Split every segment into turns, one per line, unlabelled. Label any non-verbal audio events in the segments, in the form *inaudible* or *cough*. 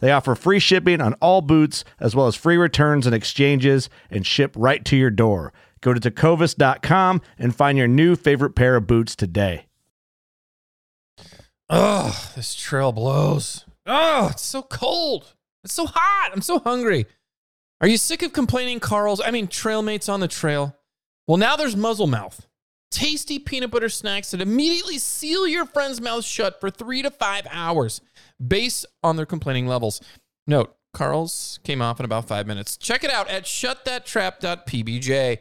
They offer free shipping on all boots, as well as free returns and exchanges, and ship right to your door. Go to tecovas.com and find your new favorite pair of boots today.
Ugh, this trail blows. Oh, it's so cold. It's so hot. I'm so hungry. Are you sick of complaining, Carl's? I mean, trail mates on the trail. Well, now there's Muzzle Mouth. Tasty peanut butter snacks that immediately seal your friend's mouth shut for three to five hours based on their complaining levels. Note, Carl's came off in about five minutes. Check it out at shutthattrap.pbj.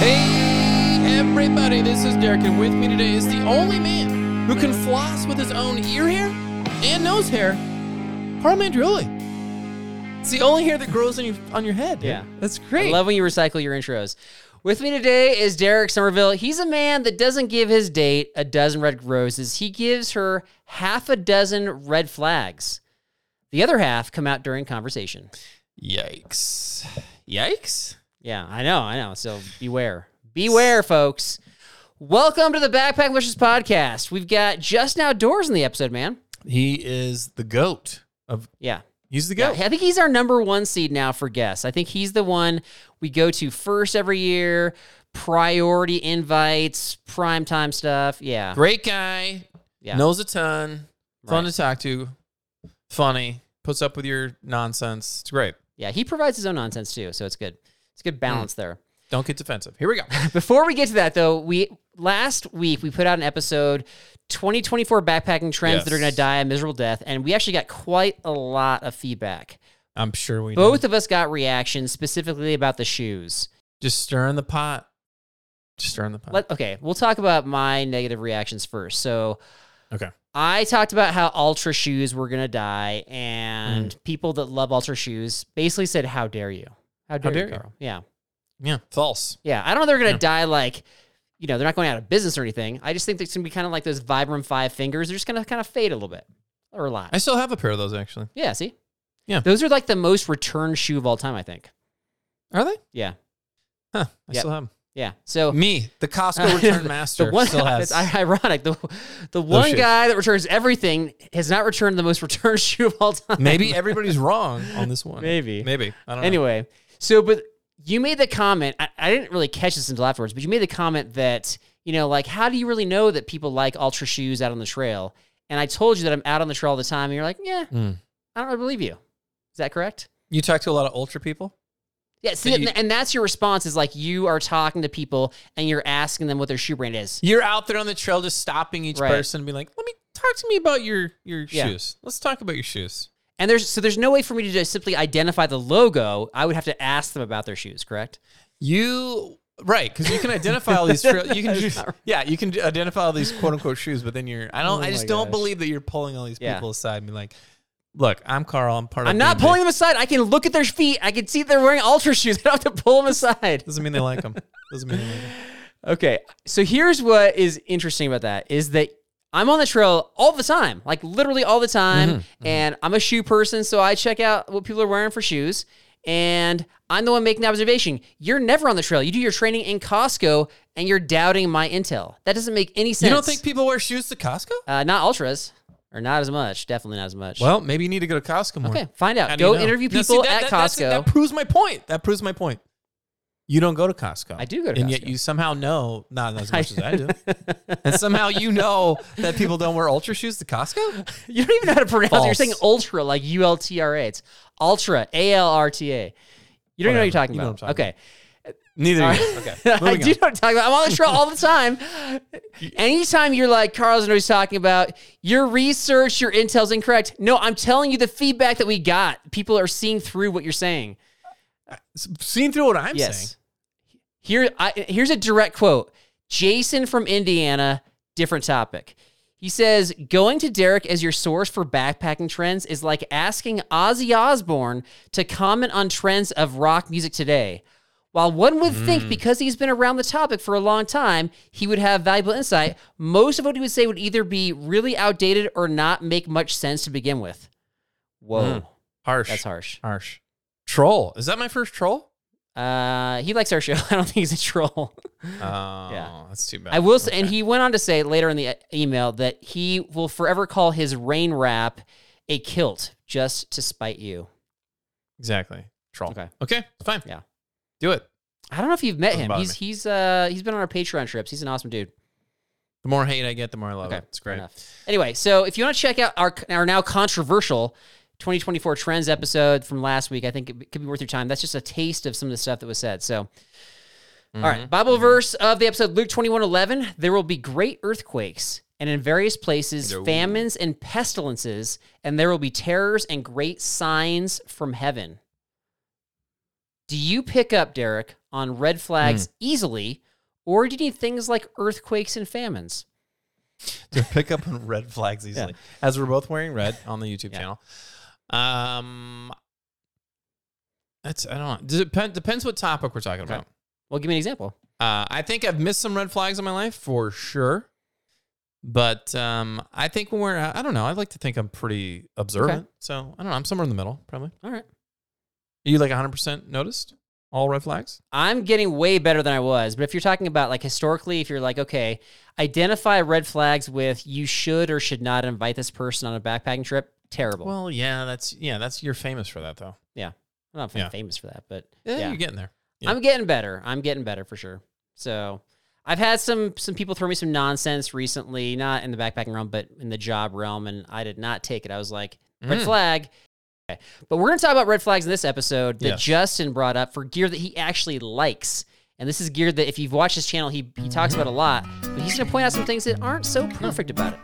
Hey, everybody, this is Derek, and with me today is the only man who can floss with his own ear hair and nose hair, Carl Mandrioli. It's the only hair that grows on your, on your head. dude.
Yeah.
That's great.
I love when you recycle your intros. With me today is Derek Somerville. He's a man that doesn't give his date a dozen red roses. He gives her half a dozen red flags. The other half come out during conversation.
Yikes. Yikes?
Yeah, I know, I know. So beware. Beware, folks. Welcome to the Backpack Wishes podcast. We've got Justin Outdoors in the episode, man.
He is the goat of
Yeah.
he's the
Yeah,
goat.
I think he's our number one seed now for guests. I think he's the one we go to first every year. Priority invites, prime time stuff. Yeah.
Great guy.
Yeah.
Knows a ton. Fun
Right.
to talk to. Funny. Puts up with your nonsense. It's great.
Yeah, he provides his own nonsense too, so it's good. It's
Hmm.
good balance there.
Don't get defensive. Here we go.
Before we get to that though, we last week we put out an episode 2024 backpacking trends that are
Yes.
going to die a miserable death and we actually got quite a lot of feedback.
*laughs* I'm sure we
Both
know.
of us got reactions specifically about the shoes.
just stirring the pot. Just stirring the pot.
Let, okay, we'll talk about my negative reactions first. So,
okay.
I talked about how Ultra shoes were gonna die, and
Mm-hmm.
people that love Ultra shoes basically said, "How dare you? How dare,
dare
you,
you."
Carl?" Yeah,
Yeah. False.
yeah. I don't know they're gonna
Yeah.
die like, you know, they're not going out of business or anything. I just think it's gonna be kind of like those Vibram Five fingers. They're just gonna kind of fade a little bit or a lot.
I still have a pair of those actually.
yeah, see,
Yeah.
those are like the most returned shoe of all time. I think.
Are they?
Yeah,
Huh. I
Yep.
still have them.
yeah. So
Me, the Costco return master,
*laughs* The one,
still has.
It's ironic. The, the one
shoes.
guy that returns everything has not returned the most returned *laughs* shoe of all time.
*laughs* Maybe everybody's wrong on this one.
Maybe.
Maybe. I don't know.
Anyway, so but you made the comment. I, I didn't really catch this until afterwards, but you made the comment that you know, like, how do you really know that people like ultra shoes out on the trail? And I told you that I'm out on the trail all the time, and you're like, yeah,
Mm.
I don't really believe you. Is that correct?
You talk to a lot of ultra people?
Yeah. See,
But you-
and that's your response is like you are talking to people and you're asking them what their shoe brand is.
You're out there on the trail just stopping each
Right.
person and being like, let me talk to me about your, your
Yeah.
shoes. Let's talk about your shoes.
And there's so there's no way for me to just simply identify the logo. I would have to ask them about their shoes. Correct?
You, right, because you can identify all
*laughs*
these trail, you can
That's
just,
not right.
yeah, you can identify all these quote unquote shoes, but then you're, I don't,
Oh
I
my
just don't
gosh.
believe that you're pulling all these
Yeah.
people aside and being like, look, I'm Carl, I'm part of
I'm not
B&B."
pulling them aside. I can look at their feet. I can see they're wearing ultra shoes. *laughs* I don't have to pull them aside.
*laughs* Doesn't mean they like them. Doesn't mean they like them.
Okay, so here's what is interesting about that is that I'm on the trail all the time, like literally all the time.
Mm-hmm,
And I'm a shoe person, so I check out what people are wearing for shoes. And I'm the one making the observation. You're never on the trail. You do your training in Costco, and you're doubting my intel. That doesn't make any sense.
You don't think people wear shoes to Costco?
Uh, not ultras, or not as much. Definitely not as much.
Well, maybe you need to go to Costco more.
okay, find
How
out.
do you
Go
know?
interview
No, see,
people
that- that-
at
that's-
Costco.
That proves my point. That proves my point. You don't go to Costco.
I do go to
and yet
Costco.
you somehow know not as much as I
*laughs*
do, and somehow you know that people don't wear ultra shoes to Costco.
*laughs* You don't even know how to pronounce it. You're
False.
saying ultra like U L T R A. It's ultra A L R T A. You don't even know what you're talking
You know
about.
what I'm talking
okay.
Neither. do you. *laughs* Okay.
*laughs* I
Moving
do know
on.
what I'm talking about. I'm on the trail all the time. Anytime you're like, Carl's knows what he's talking about, your research, your intel's incorrect. No, I'm telling you the feedback that we got. People are seeing through what you're saying.
Seeing through what I'm
yes.
saying.
Here, I, here's a direct quote. Jason from Indiana, different topic. He says, "Going to Derek as your source for backpacking trends is like asking Ozzy Osbourne to comment on trends of rock music today." While one would
Hmm.
think because he's been around the topic for a long time, he would have valuable insight, most of what he would say would either be really outdated or not make much sense to begin with. Whoa,
Hmm. Harsh.
that's harsh.
Harsh. Troll. Is that my first
*laughs*
troll?
Uh, he likes our show. *laughs* I don't think he's a troll.
Oh, yeah. That's too bad.
I will say, and he went on to say later in the uh, email that he will forever call his rain wrap a kilt just to spite you.
Exactly. Troll.
Okay.
Okay. Fine.
Yeah.
Do it.
I don't know if you've met
Doesn't
him.
bother
He's he's uh he's been on our Patreon trips. He's an awesome dude.
The more hate I get, the more I love
Okay,
it. It's great.
Enough. Anyway, so if you want to check out our our now controversial 2024 trends episode from last week, I think it could be worth your time. That's just a taste of some of the stuff that was said. So, all right,
Mm-hmm.
Bible verse of the episode Luke 21:11. There will be great earthquakes, and in various places famines and pestilences, and there will be terrors and great signs from heaven. Do you pick up, Derek, on red flags
Hmm.
easily, or do you need things like earthquakes and famines?
to pick up on red flags easily. As we're both wearing red
*laughs*
on the YouTube channel. Um that's I don't know. Does it depend, depends what topic we're talking about.
Well, give me an example.
Uh, I think I've missed some red flags in my life for sure. But um, I think when we're out- I don't know, I like to think I'm pretty observant. So I don't know, I'm somewhere in the middle, probably.
All right.
Are you like hundred percent noticed? All red flags?
I'm getting way better than I was. But if you're talking about like historically, if you're like, okay, identify red flags with you should or should not invite this person on a backpacking trip, terrible.
Well, yeah, that's yeah, that's you're famous for that though.
yeah. I'm not
yeah.
famous for that, but
Yeah,
yeah.
you're getting there. yeah.
I'm getting better. I'm getting better for sure. So I've had some some people throw me some nonsense recently, not in the backpacking realm, but in the job realm, and I did not take it. I was like, red
Mm.
flag. Okay. But we're gonna talk about red flags in this episode that
Yes.
Justin brought up for gear that he actually likes. And this is gear that if you've watched his channel, he he talks about a lot, but he's gonna point out some things that aren't so perfect about it.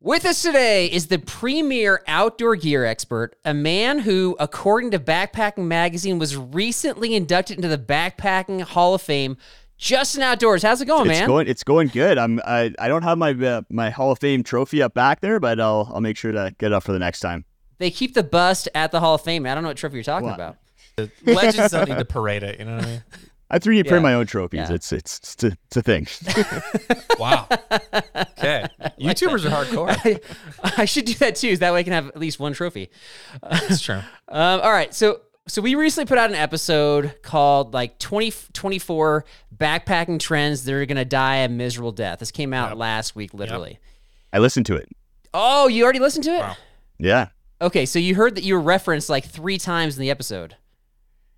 With us today is the premier outdoor gear expert, a man who, according to Backpacking Magazine, was recently inducted into the Backpacking Hall of Fame. Justin Outdoors, how's it going,
it's
man?
going it's going good. I'm I, I don't have my uh, my Hall of Fame trophy up back there, but I'll I'll make sure to get it up for the next time.
They keep the bust at the Hall of Fame. I don't know what trophy you're talking
What?
about. *laughs*
Legends *laughs* don't need to parade it, you know what I mean?
I 3D
Yeah.
print my own trophies.
Yeah.
It's it's it's a, it's a thing.
*laughs*
*laughs*
Wow. *laughs* Okay. YouTubers are hardcore.
I, I should do that too. That way I can have at least one trophy.
*laughs* That's true.
Um, all right. So so we recently put out an episode called like 20, 24 backpacking trends that are going to die a miserable death. This came out last week, literally.
I listened to it.
Oh, you already listened to it?
Wow.
Yeah.
Okay. So you heard that you were referenced like three times in the episode.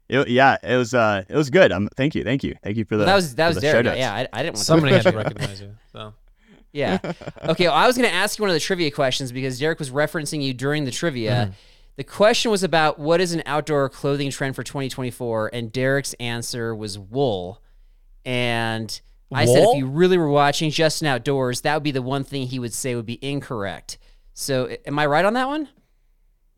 It, yeah, it was uh it was good. Um thank you. Thank you. Thank you for the
that was that
for
was
the
Derek.
shout-outs.
Yeah, I, I didn't want to
Somebody had to recognize you. So
*laughs* Yeah. Okay. Well, I was going to ask you one of the trivia questions because Derek was referencing you during the trivia. The question was about what is an outdoor clothing trend for 2024, and Derek's answer was wool. And I said if
Wool?
you really were watching Justin Outdoors, that would be the one thing he would say would be incorrect. So, a- am I right on that one?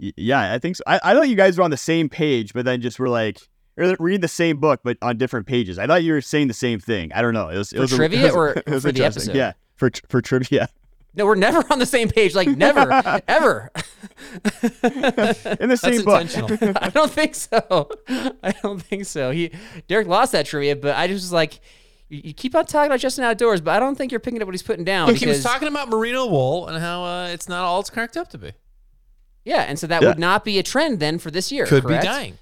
Y- yeah, I think so. I, I thought you guys were on the same page, but then just were like or reading the same book but on different pages. I thought you were saying the same thing. I don't know. It was it
For
was a- *laughs* it
trivia
was-
or
it was
for the
interesting.
episode?
*laughs* Yeah, for tr- for trivia.
No, we're never *laughs* on the same page. Like never, ever. *laughs*
in the
That's
same book.
intentional.
I don't think so. I don't think so. He Derek lost that trivia, but I just was like, you you keep on talking about Justin Outdoors, but I don't think you're picking up what he's putting down.
Look, Oh, he was
because-
talking about merino wool and how uh, it's not all it's cracked up to be.
Yeah, and so that
Yeah.
would not be a trend then for this year.
Could
correct?
be dying.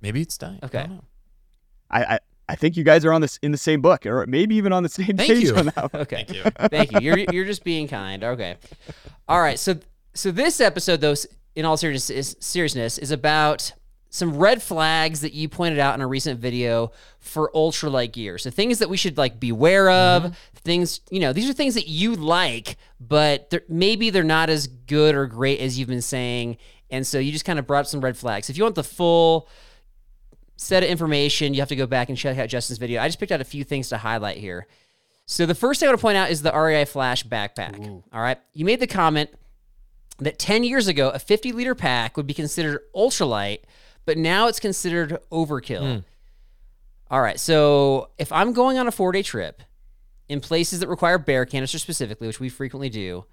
Maybe it's dying. I
Okay.
don't know.
I, I I think you guys are on this in the same book, or maybe even on the same
Thank
page *laughs*
you.
on that one.
Okay.
Thank you.
Thank you. You're you're just being kind. Okay. All right. So so this episode, though, s- in all seriousness, seriousness, is about some red flags that you pointed out in a recent video for ultralight gear. So things that we should like beware of. Things you know, these are things that you like, but they're, maybe they're not as good or great as you've been saying. And so you just kind of brought up some red flags. If you want the full set of information, you have to go back and check out Justin's video. I just picked out a few things to highlight here. So the first thing I want to point out is the REI Flash backpack. All right. You made the comment that 10 years ago, a 50 liter pack would be considered ultralight, but now it's considered
Hmm.
overkill. All right. So if I'm going on a four day trip in places that require bear canister specifically, which we frequently do,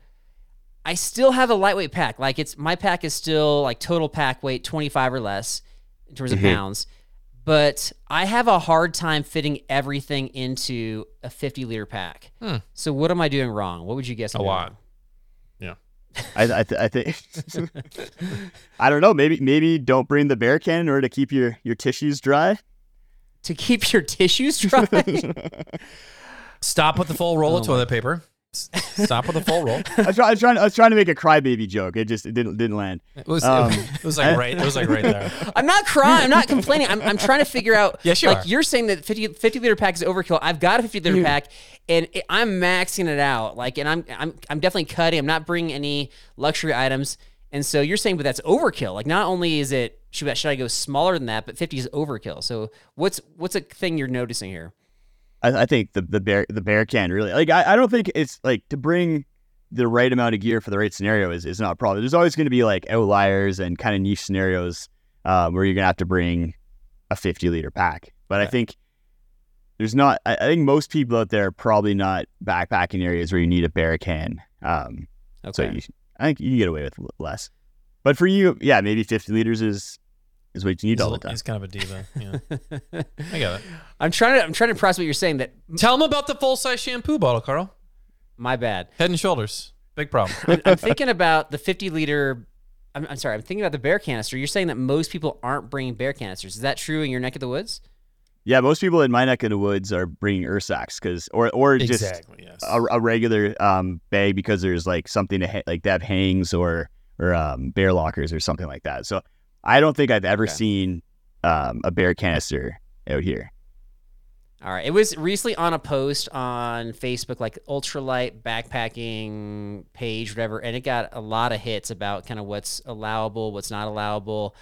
I still have a lightweight pack. Like it's my pack is still like total pack weight 25 or less in terms of
Mm-hmm.
pounds, but I have a hard time fitting everything into a 50 liter pack.
Hmm.
So what am I doing wrong? What would you guess? I'm
A
doing
lot.
wrong?
I I, th- I think I don't know. Maybe maybe don't bring the bear can in order to keep your your tissues dry.
To keep your tissues dry.
*laughs* Stop with the full
Oh,
roll of toilet
*laughs*
paper. S- Stop with the full roll.
I was, try, I was trying I was trying to make a crybaby joke. It just it didn't didn't land.
It was,
Um,
it was like right. It was like right
*laughs*
there.
I'm not crying. I'm not complaining. I'm, I'm trying to figure out.
Yes, you
like
are.
you're saying that 50, 50 liter pack is overkill. I've got a 50 liter pack, and it, I'm maxing it out. Like, and I'm I'm I'm definitely cutting. I'm not bringing any luxury items. And so you're saying, but that's overkill. Like, not only is it should I, should I go smaller than that, but 50 is overkill. So what's what's a thing you're noticing here?
I, I think the the bear the bear can really like I, I don't think it's like to bring the right amount of gear for the right scenario is, is not a problem. There's always going to be like outliers and kind of niche scenarios uh, where you're gonna have to bring a 50 liter pack. But I think there's not. I, I think most people out there are probably not backpacking areas where you need a bear can. Um,
Okay.
So you, I think you can get away with l- less. But for you, yeah, maybe 50 liters is is what you need
He's,
all the
a-
time.
he's kind of a diva. Yeah. I get it.
*laughs* I'm trying to I'm trying to process what you're saying. That
Tell him about the full size shampoo bottle, Carl.
my bad.
Head and shoulders. Big problem. *laughs*
*laughs* I'm, I'm thinking about the 50 liter. I'm, I'm sorry. I'm thinking about the bear canister. You're saying that most people aren't bringing bear canisters. Is that true in your neck of the woods?
Yeah, most people in my neck of the woods are bringing ursacs because, or or just
Yes.
a, a regular um, bag because there's like something to ha- like that hangs or or um, bear lockers or something like that. So I don't think I've ever
Okay.
seen um, a bear canister out here.
All right. It was recently on a post on Facebook, like ultralight backpacking page, whatever, and it got a lot of hits about kind of what's allowable, what's not allowable,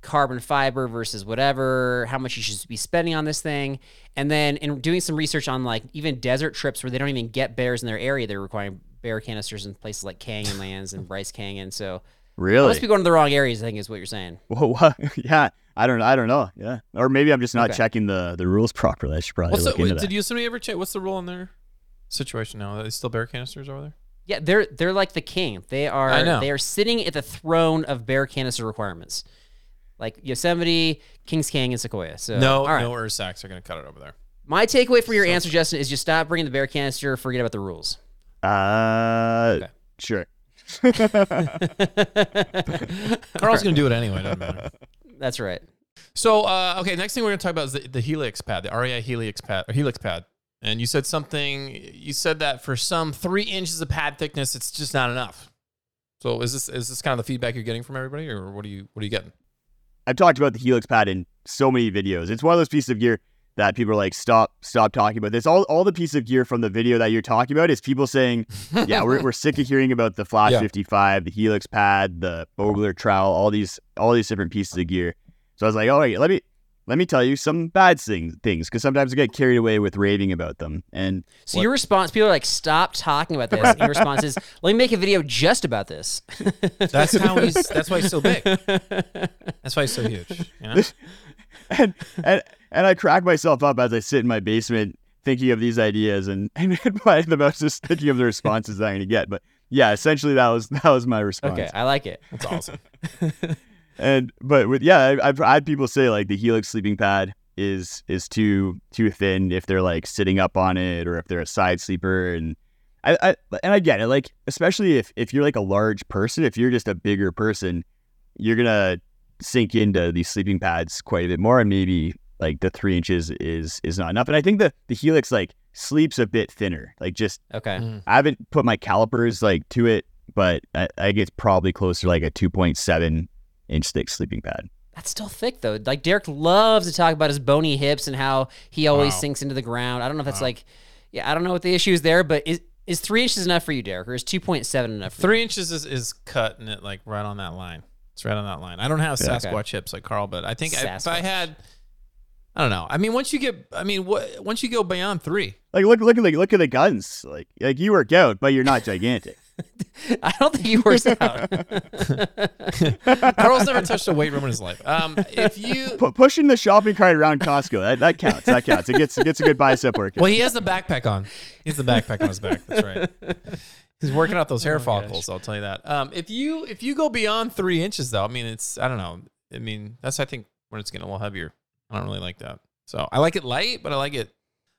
carbon fiber versus whatever, how much you should be spending on this thing. And then in doing some research on like even desert trips where they don't even get bears in their area, they're requiring bear canisters in places like Canyon Lands and Bryce Canyon. So I
Really?
must be going to the wrong areas, I think is what you're saying.
Whoa, what? *laughs* yeah, I don't, I don't know. Yeah, or maybe I'm just not
Okay.
checking the the rules properly. I should probably
What's the,
look into
wait,
that.
did Yosemite ever check? What's the rule in their situation now? Are they still bear canisters over there?
Yeah, they're they're like the king. They are
I know.
they are sitting at the throne of bear canister requirements. Like Yosemite, Kings Canyon, and Sequoia. So
no,
all right.
no Ursacs are going to cut it over
*laughs*
there.
My takeaway from your answer, Justin, is just stop bringing the bear canister. Forget about the rules. *laughs*
Uh,
Okay.
sure.
Carl's going to do it anyway. Doesn't matter.
That's right.
So, uh, okay, next thing we're going to talk about is the, the Helix pad, the REI Helix pad, or Helix pad. And you said something, you said that for some three inches of pad thickness, it's just not enough. So is this is this kind of the feedback you're getting from everybody, or what are you what are you getting?
I've talked about the Helix pad in so many videos. It's one of those pieces of gear that people are like, stop, stop talking about this. All, all the piece of gear from the video that you're talking about is people saying, yeah, we're, we're sick of hearing about the Flash
Yeah.
55, the Helix pad, the Bogler trowel, all these, all these different pieces of gear. So I was like, all right, let me, let me tell you some bad thing, things, because sometimes I get carried away with raving about them. And
So your response, people are like, stop talking about this. And your
*laughs*
response is, let me make a video just about this.
*laughs*
*laughs*
That's how he's. That's why he's so big. That's why he's so huge. You know?
*laughs* and and and I crack myself up as I sit in my basement thinking of these ideas, and and *laughs* by the most just thinking of the responses that I'm gonna get. But yeah, essentially that was that was my response.
Okay, I like it.
That's awesome.
And but with yeah, I, I've had people say like the Helix sleeping pad is is too too thin if they're like sitting up on it or if they're a side sleeper and I, I and I get it like especially if if you're like a large person if you're just a bigger person you're gonna sink into these sleeping pads quite a bit more and maybe like the three inches is is not enough and I think the the Helix like sleeps a bit thinner like just
Okay.
Mm.
I haven't put my calipers like to it but I, I think it's probably closer to like a two point seven inch thick sleeping pad.
That's still thick though. Like Derek loves to talk about his bony hips and how he always
Wow.
sinks into the ground. I don't know if that's like, yeah, I don't know what the issue is there, but is is three inches enough for you, Derek, or is two point seven enough?
*laughs*
For
Three inches is, is cut and it like right on that line. It's right on that line. I don't have Sasquatch
Okay.
hips like Carl, but I think I, if I
Sasquatch.
had, I don't know. I mean, once you get, I mean, what once you go beyond three,
Like look look at like look at the guns. Like like you work out, but you're not gigantic.
you? *laughs* I don't think
*laughs*
he works out. *laughs*
Carl's never touched a weight room in his life. Um, if you,
Pu- pushing the shopping cart around Costco that, that counts. That counts. It gets it gets a good bicep workout.
well, he has the backpack on. He has the backpack on his back. That's right. He's working out those
Oh,
hair follicles. I'll tell you that. Um, if you if you go beyond three inches though, I mean, it's I don't know. I mean, that's I think when it's getting a little heavier. I don't really like that. So I like it light, but I like it.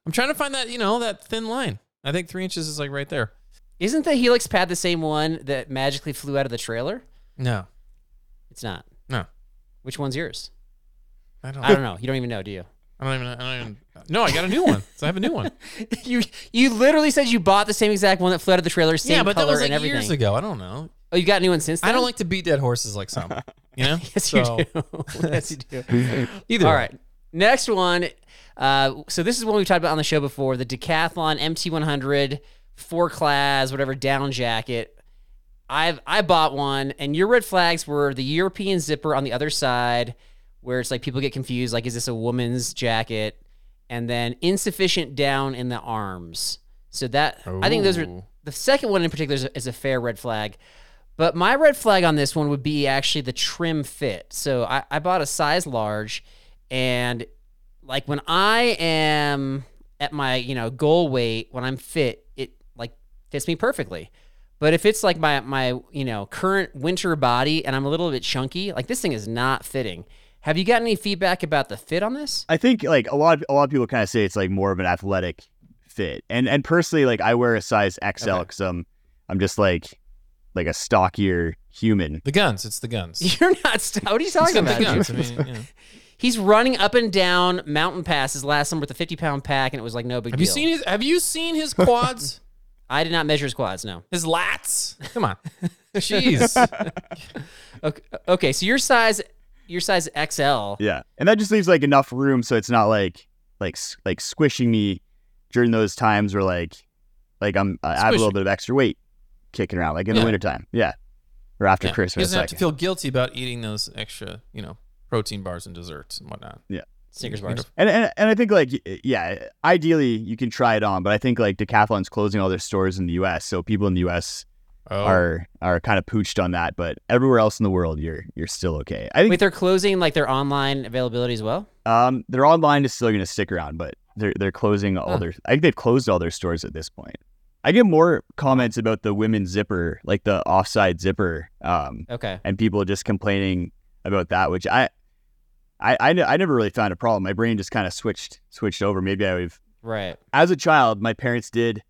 I'm trying to find that you know that thin line. I think three inches is like right there.
Isn't the Helix pad the same one that magically flew out of the trailer?
No,
It's not.
no,
Which one's yours?
I don't.
I don't know. You don't even know, do you? *laughs*
I don't even. I don't even. No, I got a new one. So I have a new one.
you you literally said you bought the same exact one that flew out of the trailer, *laughs* same
yeah, but that
color
was like
and everything.
years ago. I don't know.
Oh, you got a new one since then?
I don't like to beat dead horses like some. You know.
*laughs* Yes,
So,
you do. yes, you do. *laughs*
Either.
All
way.
right. Next one. Uh, so this is one we've talked about on the show before: the Decathlon MT100 four class, whatever down jacket. I've I bought one, and your red flags were the European zipper on the other side, where it's like people get confused, like is this a woman's jacket? And then insufficient down in the arms. So that I think those are
Ooh.
the second one in particular is a, is a fair red flag. But my red flag on this one would be actually the trim fit. So I, I bought a size large, and like when I am at my you know goal weight, when I'm fit, it like fits me perfectly. But if it's like my my you know current winter body and I'm a little bit chunky, like this thing is not fitting. Have you got any feedback about the fit on this? *laughs*
I think like a lot of a lot of people kind of say it's like more of an athletic fit, and and personally like I wear a size XL because I'm I'm just like like a stockier human.
The guns. It's the
*laughs*
guns.
You're not. st- What are you
It's
talking about?
got
dude?
the guns. I mean, yeah.
He's running up and down mountain passes last summer with a 50 pound pack, and it was like no *laughs* big
Have
deal.
you seen his? Have you seen
*laughs*
his quads?
I did not measure his quads. No.
his lats? Come on,
*laughs*
jeez.
Okay, okay, so your size, your size XL.
Yeah, and that just leaves like enough room so it's not like like s- like squishing me during those times where like like I'm I have a little
Squishy.
bit of extra weight kicking around like in
Yeah.
the wintertime. Yeah, or after
Yeah. He
Christmas.
doesn't have
Like,
to feel guilty about eating those extra, you know, protein bars and desserts and whatnot.
Snickers bars.
and, and and I think like y- yeah, ideally you can try it on, but I think like Decathlon's closing all their stores in the U.S., so people in the U.S.
Oh,
are are kind of pooched on that, but everywhere else in the world, you're you're still okay. I think
Wait, they're closing like their online availability as well.
um their online is still going to stick around, but they're they're closing all
Huh.
their. I think they've closed all their stores at this point. I get more comments about the women's zipper, like the offside zipper, um,
Okay.
and people just complaining about that, which I. I, I, ne- I never really found a problem. My brain just kind of switched switched over. Maybe I've
Right.
as a child, my parents did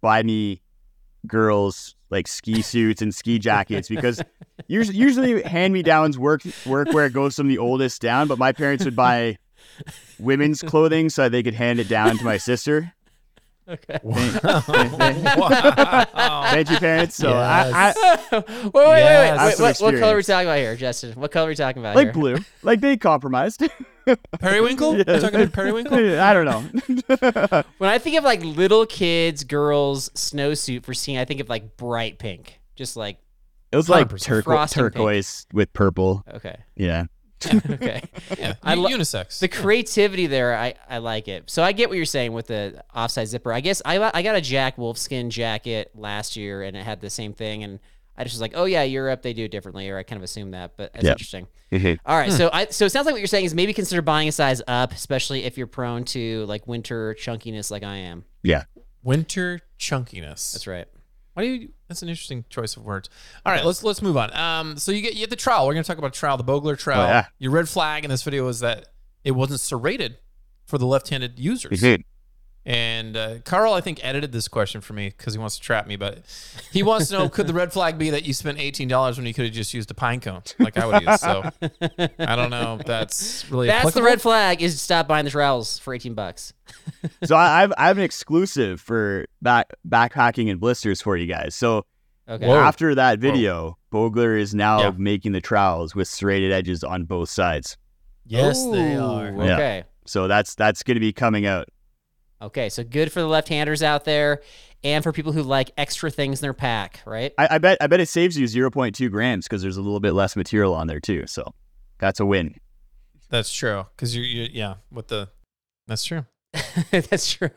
buy me girls
*laughs*
like ski suits and ski jackets because usually, usually hand me downs work workwear goes from the oldest down, but my parents would buy
*laughs*
women's clothing so they could hand it down to my sister.
wow.
Thank you, parents. So I,
Yes.
I
*laughs* wait, wait, wait, wait,
Yes.
wait. What, what color are we
Experience.
talking about here, Justin? What color are we talking about
like
here?
blue, like
*laughs*
they compromised.
*laughs*
*laughs*
Periwinkle?
Yeah.
You're talking about periwinkle?
*laughs* I don't
*laughs*
know.
When I think of like little kids, girls, snowsuit for skiing, I think of like bright pink, just like
It was
100%
like turqu-
frosting pink.
turquoise with purple.
*laughs* okay,
Yeah.
okay.
Yeah.
I
u-
lo-
unisex.
the creativity there, I, I like it. So I get what you're saying with the offside zipper. I guess I I got a Jack Wolfskin jacket last year, and it had the same thing, and I just was like, oh yeah, Europe they do it differently, or I kind of assumed that, but that's
Yeah. Hmm.
interesting. All right, so I so it sounds like what you're saying is maybe consider buying a size up, especially if you're prone to like winter chunkiness, like I am.
yeah.
Winter chunkiness. *laughs*
That's right.
Why do you? That's an interesting choice of words. All right, let's let's move on. Um, so you get you get the trial. We're gonna talk about trial, the Bogler trial.
Oh, yeah.
Your red flag in this video is that it wasn't serrated for the left-handed users.
Mhm.
And uh, Carl, I think edited this question for me because he wants to trap me. But he wants to know: Could the red flag be that you spent eighteen dollars when you could have just used a pine cone, like I would use? So I don't know. if That's really
That's the
applicable.
red flag is stop buying the trowels for 18 bucks.
so I, I've I have an exclusive for back backpacking and blisters for you guys. So
Okay.
Whoa.
after that video, Bogler is now
Yeah.
making the trowels with serrated edges on both sides.
Yes, they
Ooh,
are.
Yeah.
Okay.
So that's that's going to be coming out.
Okay, so good for the left-handers out there and for people who like extra things in their pack, right?
I, I bet I bet it saves you 0.2 grams because there's a little bit less material on there too. So that's a win.
That's true. Because you, you, yeah, with the, that's true.
*laughs* That's true.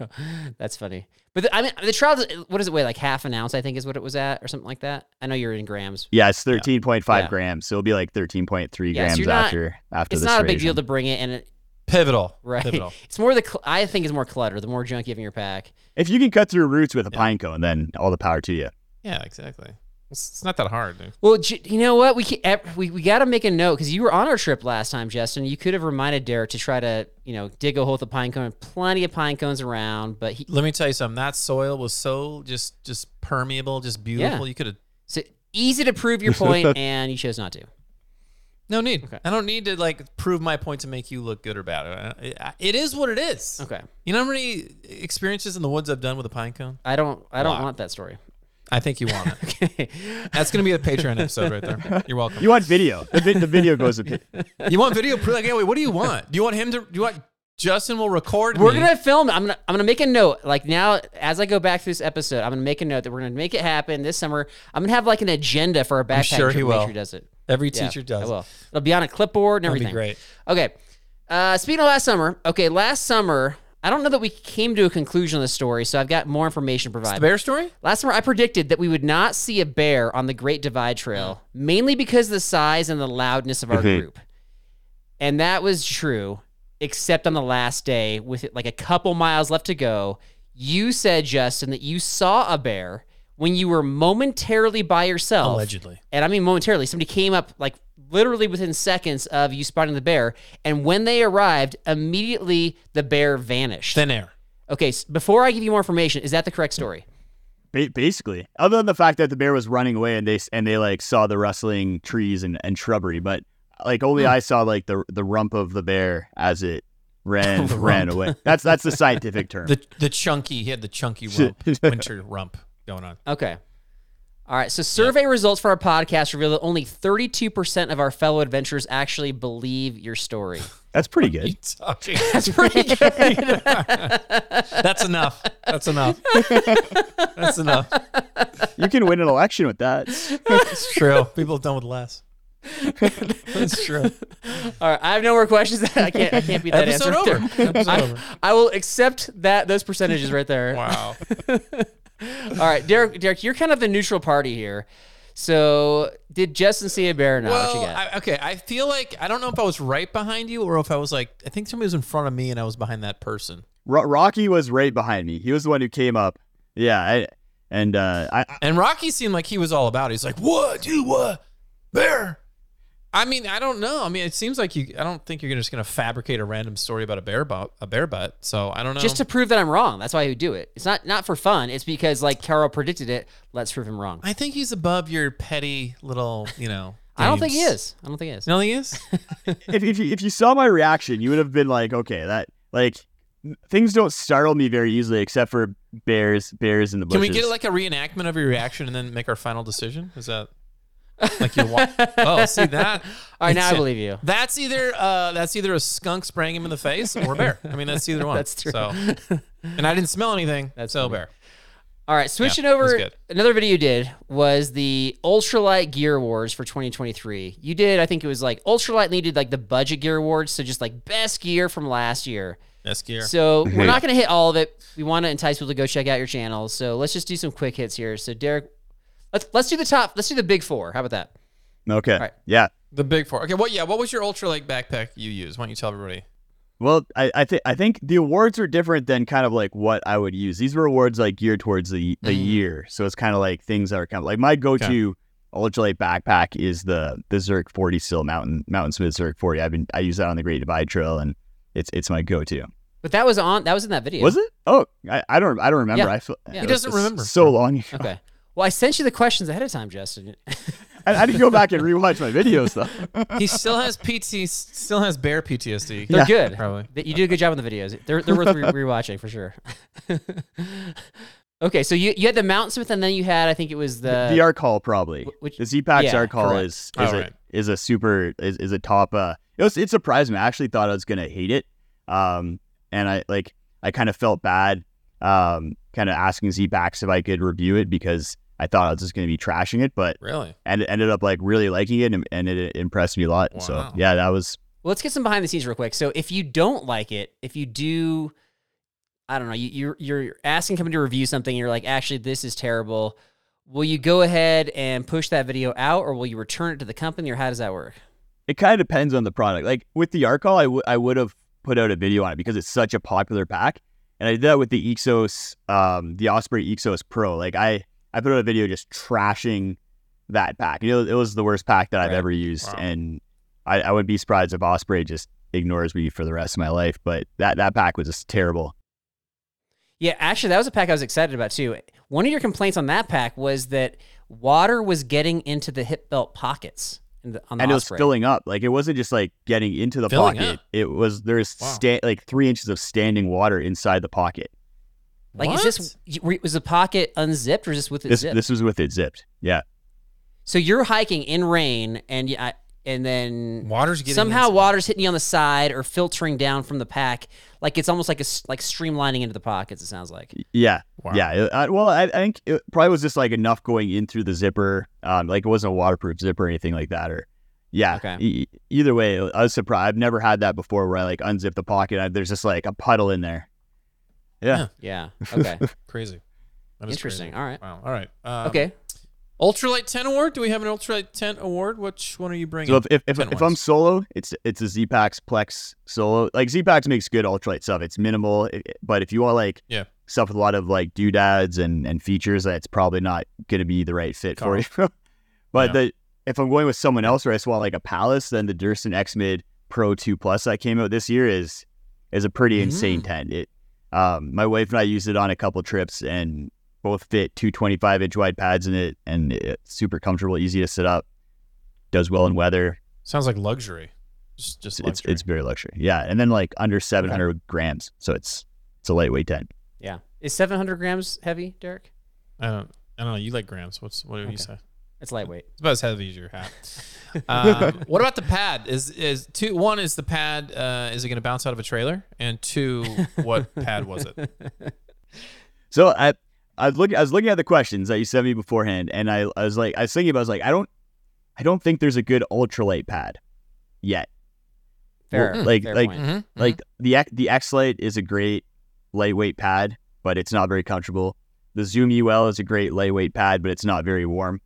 That's funny. But the, I mean, the trial, what does it weigh? Like half an ounce, I think, is what it was at, or something like that. I know you're in grams.
Yeah, it's 13.5
Yeah.
grams. So it'll be like 13.3
Yeah, so
grams
you're not-
after after
It's
the
not a big deal
serration.
to bring it, and it,
Pivotal.
right?
Pivotal.
It's more the cl- I think it's more clutter. The more junk you have in your pack,
If you can cut through roots with a
Yeah.
pine cone, then all the power to you.
Yeah, exactly. It's, it's not that hard. Dude.
Well, J- you know what? We can, ev- we, we got to make a note because you were on our trip last time, Justin. You could have reminded Derek to try to, you know, dig a hole with a pine cone. Plenty of pine cones around, but he
Let me tell you something. That soil was so just just permeable, just beautiful. You could have
so easy to prove your point, and you chose not to.
no need.
Okay.
I don't need to like prove my point to make you look good or bad. I- I- It is what it is.
Okay,
You know how many experiences in the woods I've done with a pine cone?
I don't I don't
Wow.
want that story. *laughs*
I think you want *laughs* it.
Okay,
That's gonna be a Patreon episode right *laughs* there. You're welcome.
You want video. The, vi- the video goes with it.
You want video proof? Like, yeah, wait, what do you want? Do you want him to? Do you want Justin will record?
we're
me?
gonna film. I'm gonna I'm gonna make a note. Like now, as I go back through this episode, I'm gonna make a note that we're gonna make it happen this summer. I'm gonna have like an agenda for our backpack.
sure
trip
he
to make
will.
Sure he does it.
Every
Yeah,
teacher does.
I will. It'll be on a clipboard and
That'd be
everything.
great.
Okay. Uh, speaking of last summer, okay, last summer, I don't know that we came to a conclusion on this story, so I've got more information to
The
provide.
bear story?
Last summer, I predicted that we would not see a bear on the Great Divide Trail, mainly because of the size and the loudness of our
Mhm.
group. And that was true, except on the last day, with like a couple miles left to go. You said, Justin, that you saw a bear when you were momentarily by yourself
Allegedly.
and I mean momentarily, somebody came up like literally within seconds of you spotting the bear. And when they arrived, immediately the bear vanished.
Thin air.
okay, s before I give you more information, is that the correct story?
Ba- basically, other than the fact that the bear was running away and they s- and they like saw the rustling trees and, and shrubbery, but like
Hmm.
only I saw like the the rump of the bear as it ran
*laughs* The
ran
rump.
away. That's that's
*laughs*
the scientific term.
The the chunky. He had the chunky rump, winter rump going *laughs* on.
Okay. All right, so survey results for our podcast reveal that only 32% of our fellow adventurers actually believe
*laughs*
your story.
that's pretty good.
Talking. *laughs*
That's pretty good.
That's enough. That's *laughs* enough. That's enough.
You can win an election with that.
It's true. People have done with less. That's true.
All right, I have no more questions. *laughs* I can't I can't beat that
Episode
answer.
over. Episode over.
I, I will accept that those percentages right there.
Wow.
All right, Derek. Derek, you're kind of the neutral party here. So, did Justin see a bear or not? what you
Well,
got?
I, okay. I feel like I don't know if I was right behind you or if I was like I think somebody was in front of me and I was behind that person.
Ro- Rocky was right behind me. He was the one who came up. Yeah, I, and uh, I, I-
And Rocky seemed like he was all about. it. He's like, "What, dude? What, bear?" I mean, I don't know. I mean, it seems like you. I don't think you're just gonna fabricate a random story about a bear butt, a bear butt. So I don't know.
Just to prove that I'm wrong. That's why he would do it. It's not not for fun. It's because like Carol predicted it. Let's prove him wrong.
I think he's above your petty little, you know.
*laughs* I don't think he
games.
is. I don't think he is.
You don't think he is?
if if you, if you saw my reaction, you would have been like, okay, that like things don't startle me very easily, except for bears, bears in the
Can
bushes.
we get like a reenactment of your reaction and then make our final decision? Is
*laughs*
that like you walk? oh, see that?
All right, now *laughs* I
It's- uh,
believe you.
That's either uh, that's either a skunk spraying him in the face or a bear. I mean, that's
*laughs*
either one.
That's true.
So, and I didn't smell anything. That's so bear.
All right, switching
that's
over.
good.
Another video you did was the Ultralight Gear Awards for 2023. You did, I think it was like Ultralight needed like the budget gear awards, so just like best gear from last year.
That's gear.
So
Mhm.
we're not going to hit all of it. We want to entice people to go check out your channel. So let's just do some quick hits here. So Derek, Let's let's do the top. Let's do the big four. How about that?
Okay.
right.
Yeah.
The big four. Okay, what? Yeah, what was your ultra light backpack you used? Why don't you tell everybody?
Well, I, I think I think the awards are different than kind of like what I would use. These were awards like geared towards the the
Mm.
year, so it's kind of like things that are kind of like my go to ultralight backpack is the the Zurich 40 Seal Mountain Mountain Smith Zurich 40. I've been I use that on the Great Divide Trail, and it's it's my go to.
But that was on. That was in that video.
Was it? Oh, I, I don't I don't remember.
Yeah.
I feel,
Yeah. He
it was
doesn't
just
remember.
So long. *laughs* ago.
Okay. Well, I sent you the questions ahead of time, Justin. *laughs*
I, I need to go back and rewatch my videos
*laughs*
though.
He still has PT. Still has bear PTSD.
They're good.
Probably.
That You did a good job on the videos. They're, they're worth
*laughs*
re- rewatching for sure. *laughs* okay, so you, you had the Mountain Smith, and then you had I think it was the,
the arc call probably.
Wh- uh, which-
the Z Pack's
yeah,
arc call
correct.
is is,
Oh,
a,
right.
is a super is, is a top. Uh, it was it surprised me. I actually thought I was gonna hate it. Um, and I like I kind of felt bad. Um, kind of asking Z Packs if I could review it because I thought I was just gonna be trashing it, but
Really?
and it ended up like really liking it and, and it impressed me a lot. So
Wow.
yeah, that was
Well, let's get some behind the scenes real quick. So if you don't like it, if you do, I don't know, you, you're you're asking company to review something, and you're like, actually, this is terrible. Will you go ahead and push that video out, or will you return it to the company, or how does that work?
it kind of depends on the product. Like with the Arcall, I would have put out a video on it because it's such a popular pack. And I did that with the Exos, um, the Osprey Exos Pro. Like I, I put out a video just trashing that pack. You know, it was the worst pack that I've
Right.
ever used,
Wow.
and I, I would be surprised if Osprey just ignores me for the rest of my life. But that that pack was just terrible.
Yeah, actually, that was a pack I was excited about too. One of your complaints on that pack was that water was getting into the hip belt pockets in the, on the
and it was
Osprey.
filling up. Like it wasn't just like getting into the
Filling
pocket.
up?
It was there's
Wow.
sta- like three inches of standing water inside the pocket.
like,
what?
is this you- were- was the pocket unzipped, or is this with it
This
zipped?
this was with it zipped. Yeah.
so you're hiking in rain, and you, I, and then
water's getting
somehow
inside.
water's hitting you on the side or filtering down from the pack like it's almost like a s- like streamlining into the pockets it sounds like
Yeah.
Wow.
Yeah. it- I, well, I, I think it probably was just like enough going in through the zipper. Um, like it wasn't a waterproof zipper or anything like that. Or, yeah.
Okay.
E- e- either way, I was surprised. I've never had that before where I like unzip the pocket. I, there's just like a puddle in there. Yeah. *laughs*
yeah okay
Crazy. That is
Interesting.
crazy.
All right.
Wow. All right. Um,
okay
Ultralight 10 award. Do we have an ultralight 10 award? Which one are you bringing?
So if, if, if,
Ten
if I'm
ones.
solo, it's it's a Z-Pax Plex solo. Like Z-Pax makes good ultralight stuff. It's minimal, i- but if you want like
Yeah.
stuff with a lot of like doodads and and features, that's probably not going to be the right fit for you. *laughs* but
Yeah.
the if I'm going with someone else or I just want like a palace, then the Durston X-Mid Pro 2 Plus that came out this year is is a pretty insane
Mm.
tent. It um, my wife and I used it on a couple trips and both fit two 25 inch wide pads in it and it's super comfortable, easy to sit up, does well in weather
Sounds like luxury. Just, just
it's
luxury.
it's very luxury. Yeah, and then like under 700 grams, so it's it's a lightweight tent.
yeah is 700 grams heavy derek
I don't. I don't know. You like grams. What's what do
Okay.
you say?
it's lightweight
It's about as heavy as your hat. *laughs* um, what about the pad? Is is two? One is the pad. Uh, is it going to bounce out of a trailer? And
*laughs*
two, what pad was it?
So I I was looking I was looking at the questions that you sent me beforehand, and I, I was like I was thinking about I was like I don't I don't think there's a good ultralight pad yet.
fair
Well, like-
fair
like-
point.
Mm-hmm.
Like the X- the X Lite is a great lightweight pad, but it's not very comfortable. The Zoom UL is a great lightweight pad, but it's not very warm.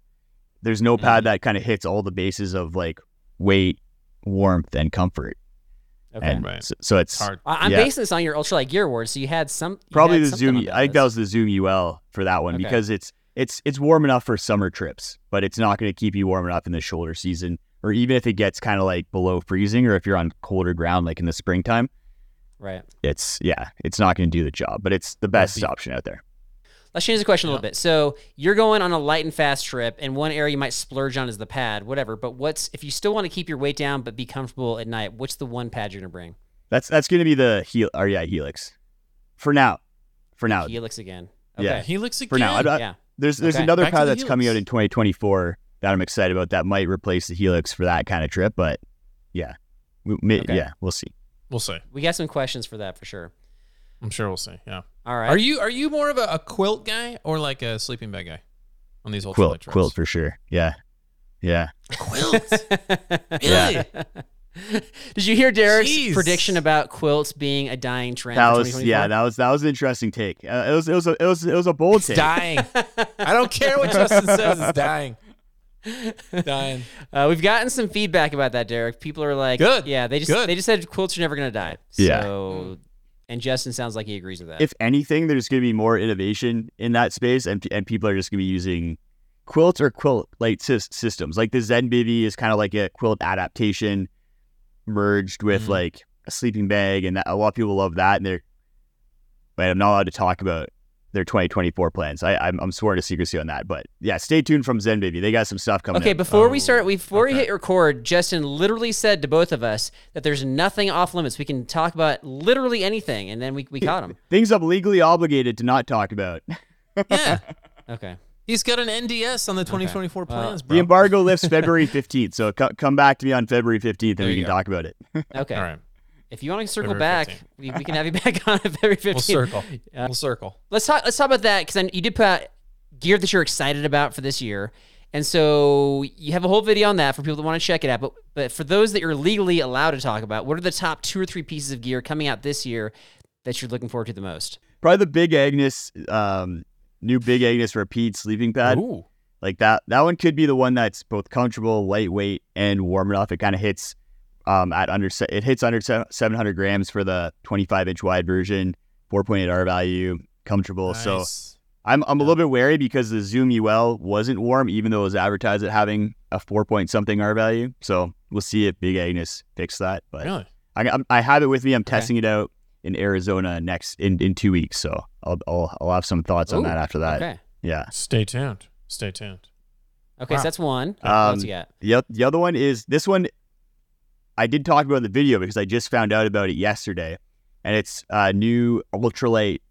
There's no
Mm-hmm.
pad that kind of hits all the bases of like weight, warmth, and comfort.
okay
And
Mm-hmm. Right.
so, so it's
hard.
I- i'm
yeah.
basing this on your ultralight gear award so you had some you
probably
had
the
something on
zoom i think that
list.
was the zoom ul for that one
Okay.
because it's it's it's warm enough for summer trips but it's not going to keep you warm enough in the shoulder season or even if it gets kind of like below freezing or if you're on colder ground like in the springtime
right
it's yeah it's not going to do the job but it's the best
be-
option out there
let's change the question a little
Yeah.
bit so you're going on a light and fast trip and one area you might splurge on is the pad whatever but what's if you still want to keep your weight down but be comfortable at night what's the one pad you're gonna bring
that's that's going to be the hel- or yeah helix for now for now
helix again okay
Yeah.
Helix again.
for now I don't-
yeah
there's there's
Okay.
another
Back to
pad
the
that's coming out
Helix.
in 2024 that i'm excited about that might replace the helix for that kind of trip but yeah we, may-
Okay.
yeah we'll see
We'll see.
we got some questions for that for sure
I'm sure we'll see. Yeah.
all right
Are you are you more of a, a quilt guy or like a sleeping bag guy on these ultralight
quilt
trips?
*laughs*
quilt for sure yeah yeah
Quilt.
Yeah. *laughs* Did you hear Derek's
Jeez.
prediction about quilts being a dying trend?
That
for
was
2024?
yeah, that was that was an interesting take. Uh, it was it was a, it was it was a bold
It's
take.
dying. I don't care
*laughs*
*laughs*
what Justin says. It's dying. dying.
Uh, we've gotten some feedback about that, Derek. People are like,
Good.
Yeah, they just
Good.
they just said quilts are never gonna die.
Yeah.
Mm-hmm.
So, and Justin sounds like he agrees with that.
If anything, there's going to be more innovation in that space, and and people are just going to be using quilts or quilt like sys- systems. Like the Zen Bivy is kind of like a quilt adaptation merged with
Mhm.
like a sleeping bag, and that, a lot of people love that. And they're, but I'm not allowed to talk about their 2024 plans. I, I'm I'm sworn to secrecy on that. But yeah, stay tuned from Zen Bivy. They got some stuff coming.
Okay,
up.
before we start,
Oh,
before we
okay.
hit record, Justin literally said to both of us that there's nothing off limits. We can talk about literally anything, and then we, we
*laughs*
caught him.
things I'm legally obligated to not talk about.
Yeah.
Okay.
He's got an NDS on the 2024
Well,
plans, bro.
The embargo
*laughs*
lifts February 15th, so co- come back to me on February 15th and
There
we
you
can
go.
talk about it.
Okay.
All *laughs* right.
If you want to circle
February
back,
15.
we, we can have you back *laughs* on February 15th.
We'll circle. We'll circle.
Let's talk. Let's talk about that because you did put out gear that you're excited about for this year, and so you have a whole video on that for people that want to check it out. But but for those that you're legally allowed to talk about, what are the top two or three pieces of gear coming out this year that you're looking forward to the most?
Probably the Big Agnes, um, new Big Agnes Rapide sleeping pad.
Ooh.
Like that, that one could be the one that's both comfortable, lightweight, and warm enough. It kind of hits um, at under se- it hits under se- 700 grams for the 25 inch wide version, 4.8 R value, comfortable. So
Nice.
I'm I'm a little bit wary because the Zoom UL wasn't warm, even though it was advertised at having a four point something R value. So we'll see if Big Agnes fixes that. But
really?
I, I'm- I have it with me. I'm testing it out in Arizona next in, in two weeks. So I'll, I'll I'll have some thoughts on
Ooh,
that after that.
okay.
Yeah.
Stay tuned. Stay tuned.
Okay,
Wow.
so that's one. What
Um,
else you got?
The, oth- the other one is this one. I did talk about in the video because I just found out about it yesterday, and it's a new ultralight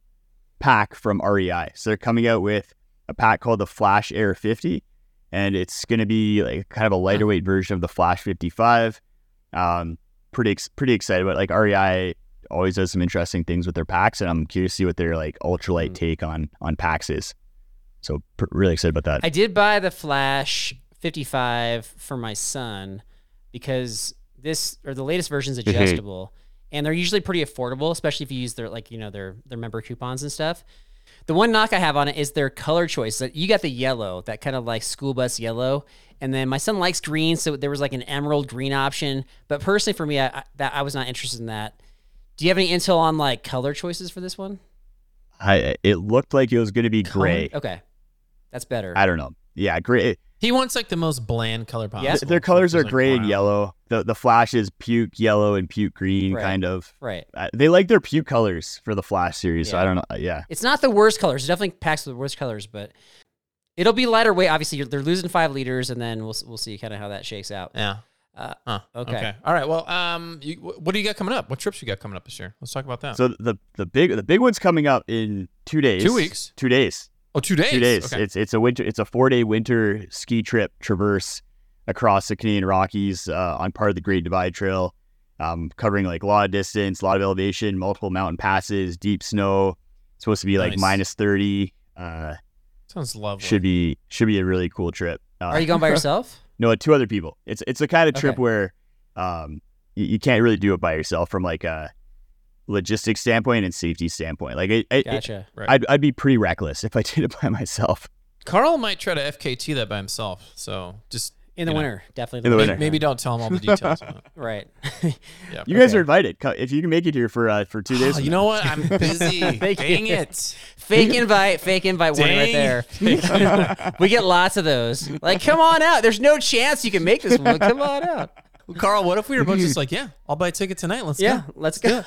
pack from REI. So they're coming out with a pack called the Flash Air 50, and it's going to be like kind of a lighter weight version of the Flash 55. Um, pretty ex- pretty excited about it. like REI always does some interesting things with their packs, and I'm curious to see what their like ultralight
Mm.
take on on packs is. So pr- really excited about that.
I did buy the Flash 55 for my son because this or the latest version
Mm-hmm.
is adjustable, and they're usually pretty affordable, especially if you use their like you know their their member coupons and stuff. The one knock I have on it is their color choice. That you got the yellow, that kind of like school bus yellow, and then my son likes green, so there was like an emerald green option. But personally, for me, I, I, that I was not interested in that. Do you have any intel on like color choices for this one?
I it looked like it was going to be gray.
Okay, that's better.
I don't know. Yeah, gray.
He wants like the most bland color possible.
Yeah.
Their colors
It's
are
like
gray and
brown.
yellow. The the flash is puke yellow and puke green,
Right.
kind of.
right.
Uh, They like their puke colors for the flash series. So
Yeah.
I don't know. Uh, Yeah,
It's not the worst colors. It definitely packs with the worst colors, but it'll be lighter weight. Obviously, you're, they're losing five liters, and then we'll s- we'll see kind of how that shakes out.
Yeah.
Uh,
Huh.
Okay.
Okay. All right. Well, um, you, wh- what do you got coming up? What trips you got coming up this year? Let's talk about that.
So the the big the big one's coming up in two days.
Two weeks?
Two days.
oh, two days.
Two days.
Okay.
It's it's a winter. It's a four day winter ski trip traverse across the Canadian Rockies uh, on part of the Great Divide Trail, um, covering like a lot of distance, a lot of elevation, multiple mountain passes, deep snow. It's supposed to be like
Nice.
minus thirty. Uh,
Sounds lovely.
should be should be a really cool trip. Uh,
Are you going
*laughs*
by yourself?
No, two other people. It's it's the kind of trip
Okay.
where um you, you can't really do it by yourself from like a logistics standpoint and safety standpoint. Like it, it, it-
Gotcha.
I'd I'd be pretty reckless if I *laughs* did it by myself.
Carl might try to FKT that by himself. So just
In the
you know,
winter, definitely.
In the
may-
winter.
Maybe, don't tell him all the details. on it.
*laughs*
Right.
Yeah.
You guys
Okay.
are invited. Co- If you can make it here for uh, for two days,
Oh, you know what?
*laughs*
I'm busy.
*laughs* Thank
Dang
you.
it.
fake invite, fake invite warning right there. *laughs* we get lots of those. Like, come on out. There's no chance you can make this one. Come on out.
Well, Carl, what if we were both just like, yeah, I'll buy a ticket tonight. Let's
Yeah,
go.
let's
*laughs*
go. *laughs*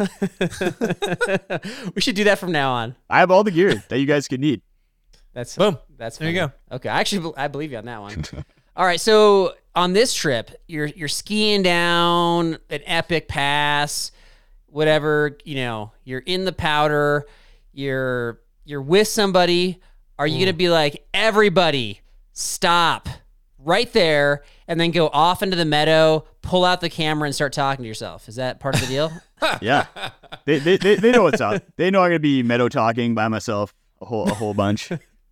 we should do that from now on.
I have all the gear that you guys could need.
That's
Boom.
That's
There you
funny. Okay, I actually bel- I believe you on that one. All right, so on this trip, you're you're skiing down an epic pass, whatever you know. You're in the powder. You're you're with somebody. Are you
Mm.
gonna be like everybody stop right there and then go off into the meadow, pull out the camera and start talking to yourself? Is that part of
*laughs*
the deal? *laughs*
Yeah, they, they they they know what's up. They know I'm gonna be meadow talking by myself a whole a whole
*laughs*
bunch.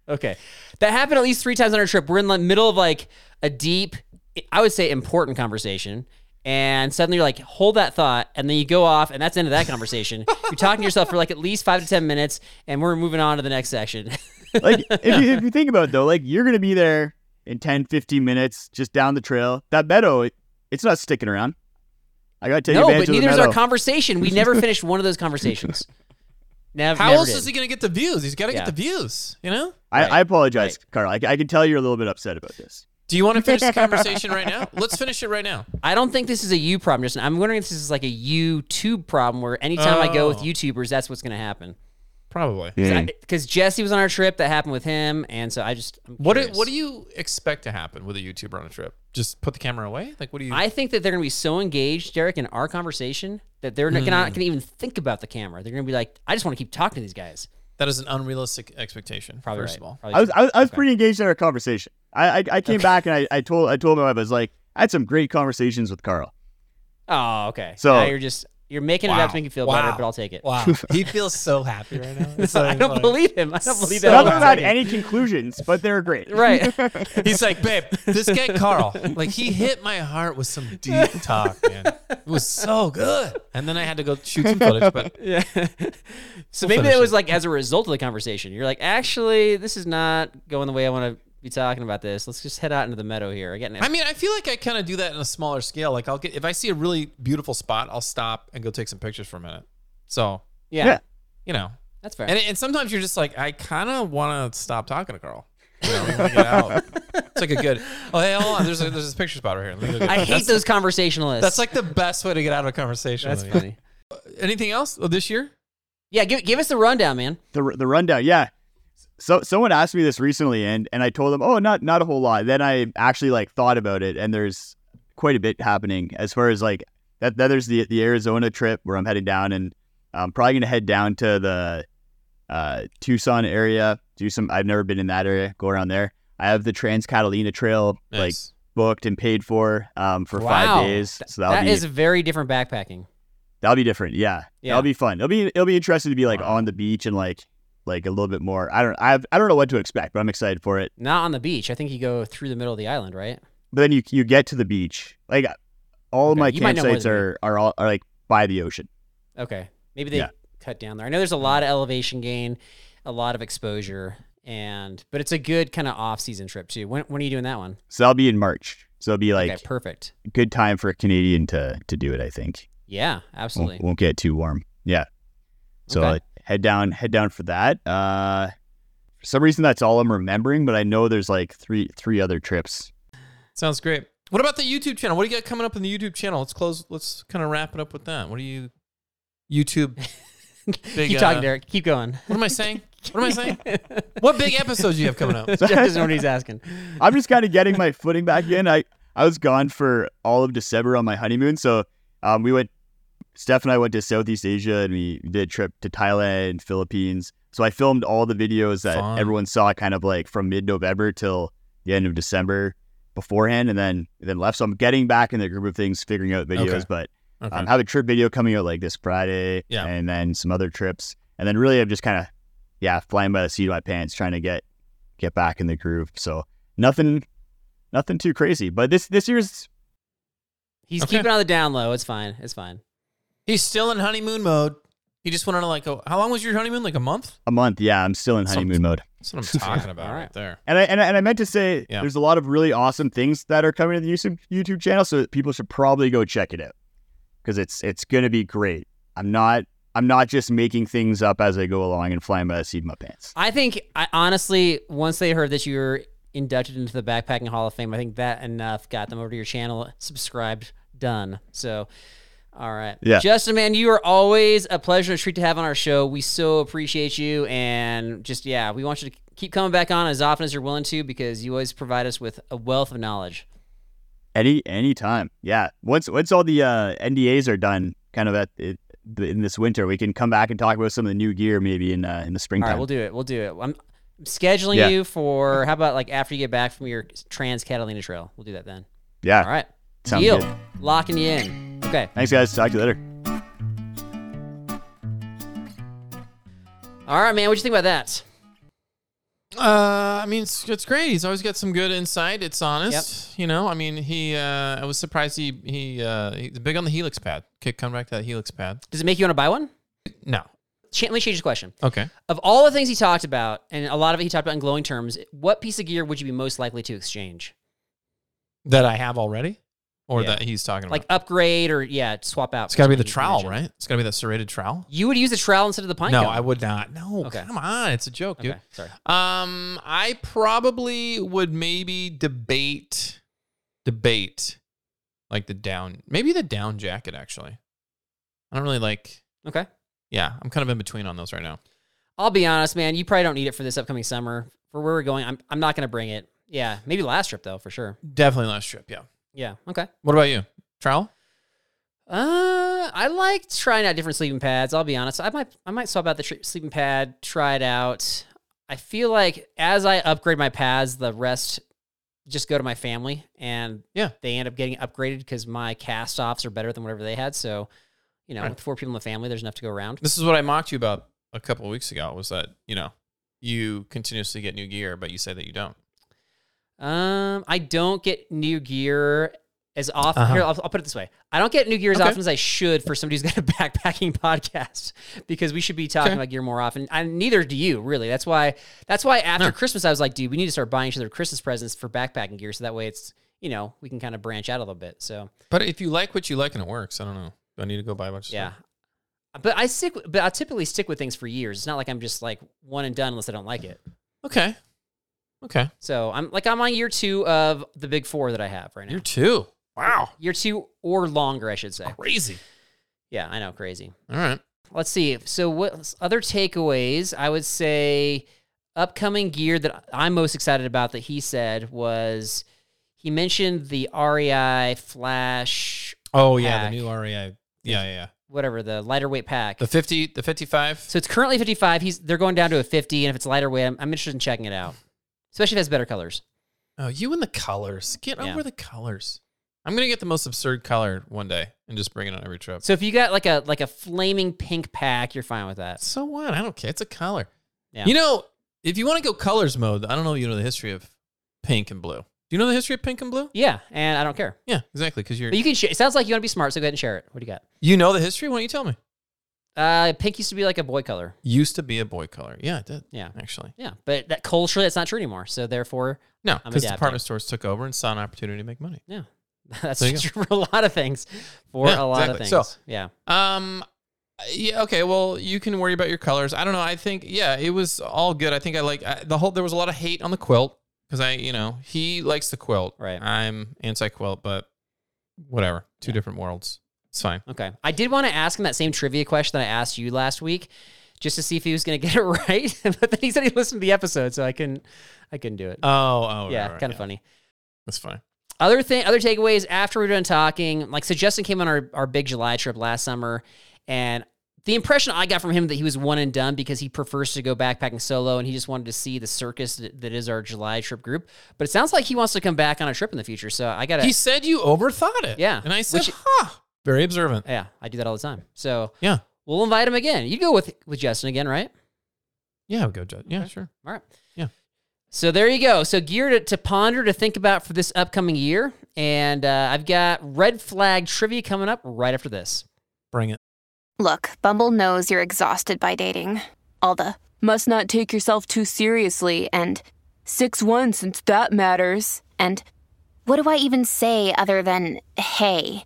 Okay. That happened at least three times on our trip. We're in the middle of like a deep, I would say important conversation. and suddenly you're like, hold that thought, and then you go off, and that's the end of that
*laughs*
conversation. you're talking to yourself for like at least five to ten minutes, and we're moving on to the next section.
like if you,
*laughs*
if you think about it though like you're gonna be there in 10 15 minutes just down the trail that meadow it, it's not sticking around i gotta take
no, but
advantage of the
neither is
meadow
our conversation. We
*laughs*
never finished one of those conversations. Never.
How
never
else
did.
is he going to get the views? He's got to
Yeah.
get the views, you know?
I,
Right,
I apologize carl I, I can tell you're a little bit upset about this
Do you want to finish the conversation right now? Let's finish it right now.
I don't think this is a you problem, Justin. I'm wondering if this is like a YouTube problem where anytime I go with
Oh.
YouTubers, that's what's going to happen.
Probably.
Because Jesse was on our trip, that happened with him, and so I just I'm
What do,
curious.
what do you expect to happen with a YouTuber on a trip? Just put the camera away? Like, what do you.
I think that they're going to be so engaged, Derek, in our conversation that they're not not going to even think about the camera. They're going to be like, I just want to keep talking to these guys.
that is an unrealistic expectation,
Probably
first
right.
of all.
Probably
i was
true.
i was, I was
Okay.
pretty engaged in our conversation i i, I came back and I, I told i told my wife i was like i had some great conversations with carl
Oh, okay. So
So-
now you're just you're making it up to make you feel better,
Wow.
but I'll take
*laughs*
it.
Wow. he feels so happy right *laughs* now. It's
*laughs* I
so
don't
funny.
believe him. I don't believe
So
that.
none of
one
them had
second.
any conclusions but they were great
Right.
He's like, babe, this guy Carl, like he hit my heart with some deep talk, man. It was so good. And then I had to go shoot some footage, but
*laughs* Yeah. so
We'll
maybe
finish
that was
it.
like as a result of the conversation. You're like, actually, this is not going the way I want to be talking about this. Let's just head out into the meadow here. I get an
I mean, I feel like I kind of do that in a smaller scale. Like I'll get if I see a really beautiful spot, I'll stop and go take some pictures for a minute. So
yeah,
yeah.
you know,
that's fair.
and and sometimes you're just like, I kind of want to stop talking to Carl. You know, I wanna get out. It's like a good. Oh hey, hold on. There's a, there's this picture spot right here. Let me go get
I
it."
hate those conversationalists.
That's like the best way to get out of a conversation.
that's
with me.
funny.
Anything else uh, this year?
Yeah, give give us the rundown, man.
the the rundown. Yeah. So someone asked me this recently, and and I told them, oh, not not a whole lot. Then I actually like thought about it, and there's quite a bit happening as far as like that. that there's the the Arizona trip where I'm heading down, and I'm probably gonna head down to the uh, Tucson area. Do some. I've never been in that area. Go around there. I have the Trans Catalina Trail like
Nice.
booked and paid for um, for
Wow.
five days. So that'll
That
be
is very different backpacking.
That'll be different. Yeah.
Yeah.
That'll be fun. It'll be it'll be interesting to be like on the beach and like like a little bit more. I don't I've, I don't know what to expect, but I'm excited for it.
Not on the beach. I think you go through the middle of the island, right?
But then you you get to the beach. Like all of
Okay,
my
you might know more
campsites
than me.
are are all are like by the ocean.
Okay, maybe they
Yeah.
cut down there. I know there's a lot of elevation gain, a lot of exposure, and but it's a good kind of off season trip too. When when are you doing that one?
So that'll be in March. So it'll be like
okay, perfect.
good time for a Canadian to to do it, I think.
Yeah, absolutely.
Won't, won't get too warm. Yeah. So
Okay.
uh, head down head down for that. Uh for some reason that's all I'm remembering, but I know there's like three three other trips.
Sounds great. What about the YouTube channel? What do you got coming up in the YouTube channel? Let's close. Let's kind of wrap it up with that. What do you, YouTube? Big,
*laughs* Keep talking,
uh,
Derek. Keep going.
What am I
*laughs*
saying? What am I saying? what big episodes do you have coming up?
Jeff doesn't know what he's asking.
I'm just kind of getting my footing back in. I I was gone for all of December on my honeymoon, so um, we went. Steph and I went to Southeast Asia, and we did a trip to Thailand, Philippines. So I filmed all the videos that
Fun.
everyone saw, kind of like from mid-November till the end of December beforehand, and then then left. So I'm getting back in the group of things, figuring out videos,
Okay.
but
Okay.
um, have a trip video coming out like this Friday,
Yeah.
and then some other trips, and then really I'm just kind of, yeah, flying by the seat of my pants, trying to get get back in the groove. So nothing, nothing too crazy, but this this year's
He's
Okay.
keeping on the down low. It's fine. It's fine.
He's still in honeymoon mode. He just went on like a. How long was your honeymoon? Like a month.
a month. Yeah, I'm still in honeymoon
Something.
mode,
That's what
*laughs*
I'm talking about
All
right.
right.
there.
and I, and I and I meant to say
Yeah.
there's a lot of really awesome things that are coming to the YouTube YouTube channel, so people should probably go check it out because it's it's gonna be great. I'm not. I'm not just making things up as I go along and flying by the seat of my pants.
I think, I honestly, once they heard that you were inducted into the Backpacking Hall of Fame, I think that enough got them over to your channel, subscribed, done. So, all right.
Yeah.
Justin, man, you are always a pleasure and a treat to have on our show. We so appreciate you. And just, yeah, we want you to keep coming back on as often as you're willing to because you always provide us with a wealth of knowledge.
Any any time, yeah. Once once all the uh, NDAs are done, kind of at it, in this winter, we can come back and talk about some of the new gear maybe in uh, in the
All
springtime.
right, we'll do it. We'll do it. I'm I'm scheduling
Yeah.
you for, how about like after you get back from your Trans Catalina Trail? We'll do that then.
yeah,
All right.
Sounds
Deal.
good.
Locking you in. Okay.
thanks guys. Talk to you later.
All right, man. What you think about that?
Uh, I mean, it's, it's great. He's always got some good insight. It's honest, you know. I mean, he. Uh, I was surprised he he uh, he's big on the helix pad. Kick, come back to that helix pad.
Does it make you want to buy one?
No,
Ch- let me change the question.
okay.
Of all the things he talked about, and a lot of it he talked about in glowing terms, what piece of gear would you be most likely to exchange?
That I have already, or
Yeah.
that he's talking
Like
about.
upgrade or yeah, swap out.
It's
for
got to be the
something you
trowel,
mentioned.
right? It's got to be that serrated trowel.
You would use the trowel instead of the pine
no,
cone.
I would not. No,
Okay.
come on, it's a joke, dude.
Okay, sorry.
Um, I probably would maybe debate, debate, like the down, maybe the down jacket. Actually, I don't really like.
Okay.
Yeah, I'm kind of in between on those right now.
I'll be honest, man. You probably don't need it for this upcoming summer. For where we're going, I'm, I'm not going to bring it. Yeah, maybe last trip though, for sure.
Definitely last trip. Yeah.
Yeah. Okay.
What about you? Trowel?
Uh, I like trying out different sleeping pads. I'll be honest. I might I might swap out the tr- sleeping pad, try it out. I feel like as I upgrade my pads, the rest just go to my family, and
Yeah.
they end up getting upgraded because my cast offs are better than whatever they had. So, you know,
Right.
with four people in the family, there's enough to go around.
This is what I mocked you about a couple of weeks ago. Was that you know you continuously get new gear, but you say that you don't.
Um, I don't get new gear as often.
Uh-huh.
Here, I'll, I'll put it this way: I don't get new gear as
Okay.
often as I should for somebody who's got a *laughs* backpacking podcast because we should be talking
Okay.
about gear more often. And neither do you, really. That's why. That's why after
No.
Christmas, I was like, "Dude, we need to start buying each other Christmas presents for backpacking gear, so that way it's you know we can kind of branch out a little bit." So
But if you like what you like and it works, I don't know. Do I need to go buy a bunch? Of
yeah.
stuff?
But I stick, but I typically stick with things for years. It's not like I'm just like one and done unless I don't like it.
Okay. Okay.
So I'm like I'm on year two of the big four that I have right now.
You're two. Wow.
year two or longer, I should say.
Crazy.
Yeah, I know, crazy.
All right.
Let's see. So, what other takeaways? I would say upcoming gear that I'm most excited about that he said was he mentioned the REI Flash,
Oh yeah,
Pack.
the new REI. Yeah, yeah, yeah.
whatever the lighter weight pack.
The fifty, the fifty-five.
so it's currently 55. He's they're going down to a 50, and if it's lighter weight, I'm, I'm interested in checking it out, especially if it has better colors.
oh, you and the colors. Get
Yeah.
over the colors. I'm gonna get the most absurd color one day and just bring it on every trip.
So if you got like a like a flaming pink pack, you're fine with that.
So what? I don't care. It's a color.
Yeah.
You know, if you want to go colors mode, I don't know. if You know the history of pink and blue. Do you know the history of pink and blue?
Yeah, and I don't care.
Yeah, exactly. Because you're
But you can. Sh- it sounds like you want to be smart, so go ahead and share it. What do you got?
you know the history. Why don't you tell me?
Uh, pink used to be like a boy color.
Used to be a boy color. Yeah, it did.
Yeah.
actually.
Yeah, but that culture that's not true anymore. So therefore, *laughs*
No,
I'm
because
adapting.
department stores took over and saw an opportunity to make money.
that's
There you go.
*laughs* true for a lot of things. For
Yeah,
a lot
exactly. So-
of things. yeah.
Um. Yeah. Okay. Well, you can worry about your colors. I don't know. I think. Yeah. It was all good. I think I like I, the whole. There was a lot of hate on the quilt because I, you know, he likes the quilt.
Right.
I'm anti quilt, but whatever. Two different worlds. It's fine.
Okay. I did want to ask him that same trivia question that I asked you last week, just to see if he was going to *laughs* get it right. but then he said he listened to the episode, so I couldn't. I couldn't do it.
Oh. Oh. right,
yeah,
right,
kind of
yeah.
funny.
That's fine.
Other thing, other takeaways after we're done talking. Like, so Justin came on our, our big July trip last summer, and the impression I got from him that he was one and done because he prefers to go backpacking solo, and he just wanted to see the circus that, that is our July trip group. But it sounds like he wants to come back on a trip in the future. So I gotta,
He said you overthought it.
Yeah,
And I said,
which-
huh. Very observant.
yeah, I do that all the time. So
Yeah.
we'll invite him again. You go with with Justin again, right?
Yeah. I'll go. Judge. Yeah. Sure.
All right.
Yeah.
So there you go. So gear to, to ponder, to think about for this upcoming year. And uh, I've got red flag trivia coming up right after this.
Bring it.
Look, Bumble knows you're exhausted by dating. All the must not take yourself too seriously and 6 1 since that matters. And what do I even say other than hey?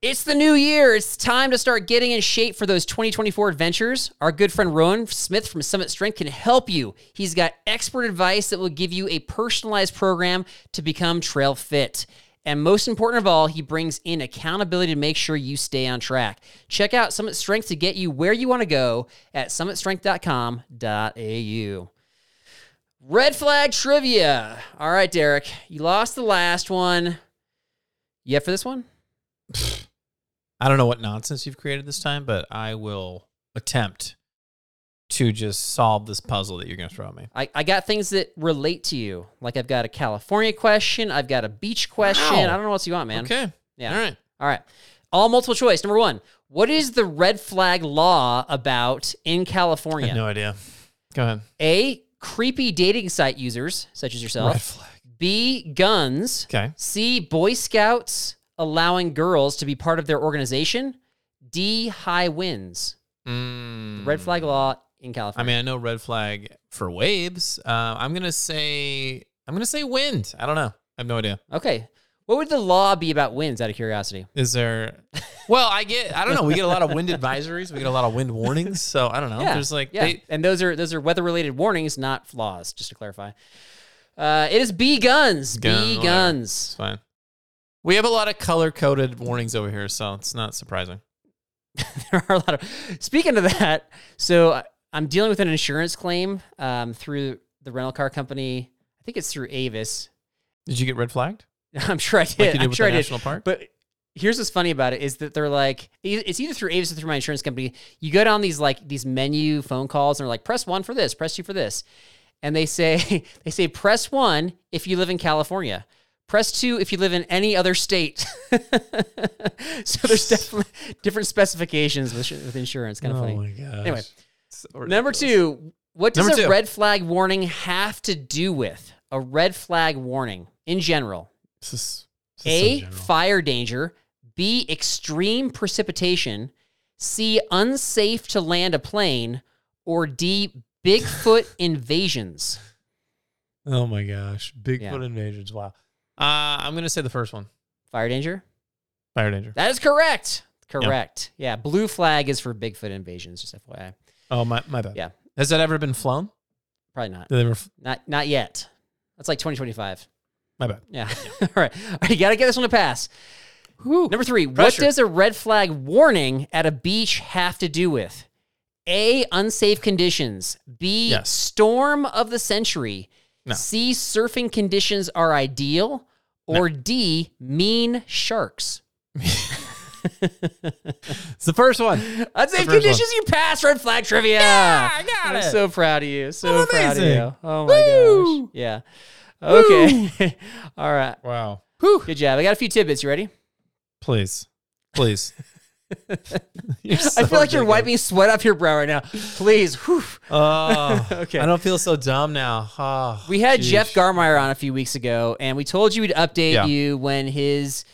It's the new year. It's time to start getting in shape for those 2024 adventures. Our good friend Rowan Smith from Summit Strength can help you. He's got expert advice that will give you a personalized program to become trail fit. And most important of all, he brings in accountability to make sure you stay on track. Check out Summit Strength to get you where you want to go at summitstrength.com.au. Red flag trivia. All right, Derek, you lost the last one. You up for this one?
I don't know what nonsense you've created this time, but I will attempt to just solve this puzzle that you're going to throw at me.
I, I got things that relate to you. Like I've got a California question, I've got a beach question.
Wow.
I don't know what else you want, man.
Okay.
Yeah.
All right.
All right. All multiple choice. Number one, what is the red flag law about in
I
California?
have no idea. Go ahead.
A, creepy dating site users, such as yourself.
Red flag.
B, guns.
Okay.
C, Boy Scouts allowing girls to be part of their organization. D, high winds.
Mm.
Red flag law in
I
California.
mean, I know red flag for waves. Uh, I'm going to say, I'm going to say wind. I don't know. I have no idea.
okay. What would the law be about winds out of curiosity?
Is
*laughs*
there? Well, I get. I don't know. We get a lot of wind advisories. We get a lot of wind warnings. So I don't know. There's like
yeah.
they,
and those are those are weather related warnings, not flaws. Just to clarify, uh, it is B guns.
Gun,
B
whatever. it's
guns. *laughs*
fine. We have a lot of color coded warnings over here, so it's not surprising.
There are a lot of. Speaking of that, so I- I'm dealing with an insurance claim um, through the rental car company. I think it's through Avis.
Did you get red flagged?
*laughs* I'm sure I did.
Like you did
I'm
with
sure
the
I did.
national park?
But here's what's funny about it is that they're like, e- it's either through Avis or through my insurance company. You go down these like these menu phone calls and they're like, press one for this, press two for this, and they say *laughs* they say press one if you live in California. Press two if you live in any other state. *laughs* so
*laughs*
there's definitely different specifications with, with insurance.
Oh
Kind of funny.
god.
Anyway, Number two, what does
Number
a
two.
red flag warning have to do with a red flag warning in general?
This is, this is so
A,
general.
fire danger. B, extreme precipitation. C, unsafe to land a plane. Or D,
*laughs*
Bigfoot invasions.
Oh my gosh. Bigfoot
Yeah.
invasions. Wow. Uh, I'm gonna say the first one.
Fire danger?
Fire danger.
That is correct. Correct. Yeah. blue flag is for Bigfoot invasions, just FYI.
Oh my my bad.
Yeah.
Has that ever been flown?
Probably not.
Did they ever
Not not yet. That's like 2025.
my bad.
Yeah. *laughs* All right. All right. You got to get this one to pass. Number three.
Pressure.
What does a red flag warning at a beach have to do with? A. Unsafe conditions. B.
Yes.
Storm of the century.
No.
C. Surfing conditions are ideal. Or D. Mean sharks.
It's the first one.
Unsafe
first one.
conditions. You pass red flag trivia. Yeah, I got I'm it. so proud of you. So
I'm
proud of
amazing.
you. Oh my gosh. Yeah. Okay. *laughs* All right.
*laughs* Wow.
Good job. I got a few tidbits. You ready?
Please. *laughs* Please. You're
I
so
feel like you're
ridiculous.
wiping sweat off your brow right now. Please. whew.
Oh, *laughs*
Okay.
I don't feel so dumb now. Oh,
We had
geez.
Jeff Garmeyer on a few weeks ago, and we told you we'd update
Yeah.
you when his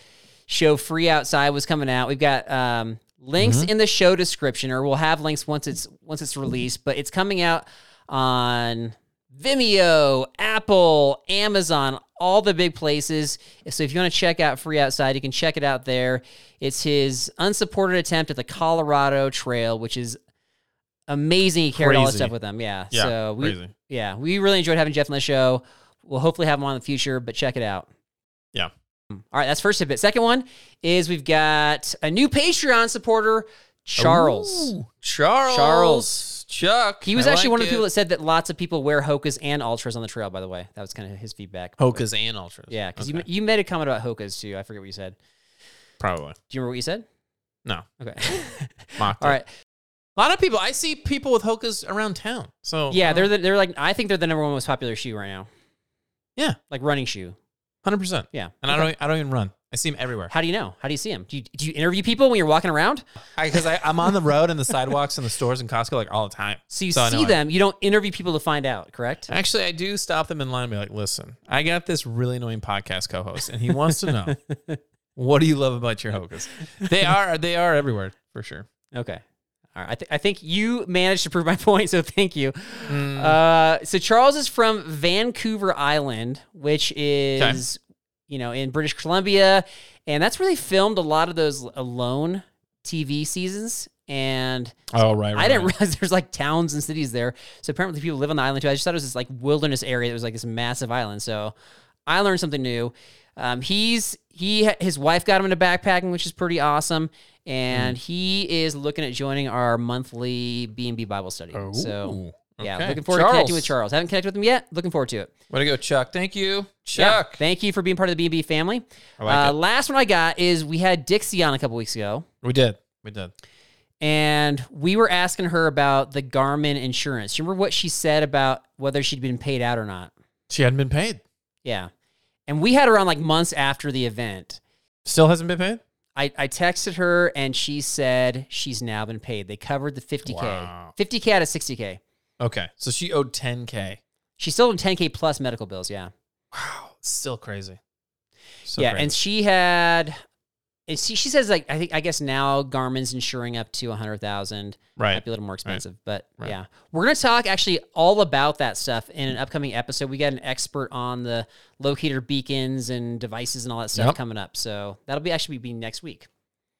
show Free Outside was coming out. We've got um, links
Mm-hmm.
in the show description, or we'll have links once it's once it's released. But it's coming out on Vimeo, Apple, Amazon, all the big places. So if you want to check out Free Outside, you can check it out there. It's his unsupported attempt at the Colorado Trail, which is amazing. He carried all this
Crazy.
stuff with him. Yeah.
Yeah,
so we,
crazy.
yeah, we really enjoyed having Jeff on the show. We'll hopefully have him on in the future, but check it out.
Yeah.
All right, that's first tidbit. Second one is we've got a new Patreon supporter, Charles.
Ooh, Charles.
Charles.
Chuck.
He was
I
actually
like
one of the
it.
people that said that lots of people wear hokas and ultras on the trail. By the way, that was kind of his feedback.
Hokas and Ultras.
Yeah, because
Okay.
you you made a comment about hokas too. I forget what you said.
probably.
Do you remember what you said?
No. *laughs*
Okay.
Mocked
*laughs* All
it.
right.
A lot of people. I see people with Hokas around town. So
Yeah, they're
there.
the, they're like I think they're the number one most popular shoe right now,
yeah,
like running shoe.
hundred percent.
Yeah.
And I don't. I don't even run. I see him everywhere.
How do you know? How do you see him? Do you, do you interview people when you're walking around?
Because I, I'm on the road and the sidewalks and the stores in Costco like all the time.
So you
I know
see
I-
them. You don't interview people to find out, correct?
Actually, I do stop them in line and be like, listen, I got this really annoying podcast co host and he wants to know
*laughs*
what do you love about your hocus? They are they are everywhere for sure.
Okay. All right. I, th- I think you managed to prove my *laughs* point, so thank you.
Hmm.
Uh, so Charles is from Vancouver Island, which is, you know, in British Columbia, and that's where they filmed a lot of those Alone TV seasons. And
Oh, right.
I didn't realize *laughs* there's like towns and cities there. So apparently people live on the island too. I just thought it was this like wilderness area that was like this massive island. So I learned something new. Um, he's he his wife got him into backpacking, which is pretty awesome.
Mm.
And he is looking at joining our monthly B and B Bible study. so yeah,
Oh, okay.
looking forward to connecting with Charles. Haven't connected with him yet. Looking forward to it.
Way to go, Chuck. Thank you,
Yeah,
Chuck.
thank you for being part of the B and B family.
I like
uh,
it.
last one I got is we had Dixie on a couple weeks ago
We did. We did.
and we were asking her about the Garmin insurance. Remember what she said about whether she'd been paid out or not?
She hadn't been paid.
Yeah. And we had her on like months after the event.
Still hasn't been paid?
I, I texted her and she said she's now been paid. They covered the 50K.
Wow.
50K out of 60K.
Okay. So she owed 10K.
She's still in 10K plus medical bills. Yeah.
Wow. Oh, Still crazy. So
yeah.
crazy.
And she had, and she, she says like, I think, I guess now Garmin's insuring up to 100,000.
right.
might be a little more expensive, but
Right.
yeah, we're gonna talk actually all about that stuff in an upcoming episode. We got an expert on the locator beacons and devices and all that stuff
Yep.
coming up, so that'll be actually be next week.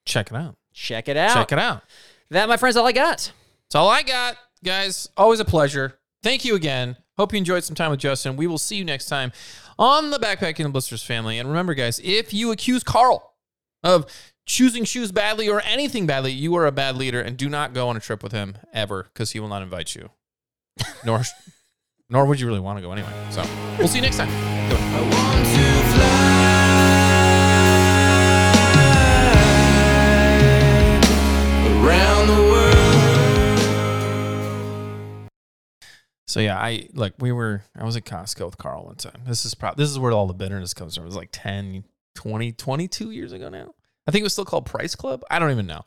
Check it out.
Check it out.
Check it out.
That, my friends, all I got.
That's all I got, guys. Always a pleasure. Thank you again. Hope you enjoyed some time with Justin. We will see you next time on the Backpacking and Blisters family. And remember, guys, if you accuse Carl of choosing shoes badly or anything badly, you are a bad leader and do not go on a trip with him ever because he will not invite
*laughs*
you. Nor, nor would you really want to go anyway. So we'll see you next time. Goodbye. So yeah, I like we were I was at Costco with Carl one time. This is probably this is where all the bitterness comes from. It was like 10, 20, 22 years ago now. I think it was still called Price Club. I don't even know.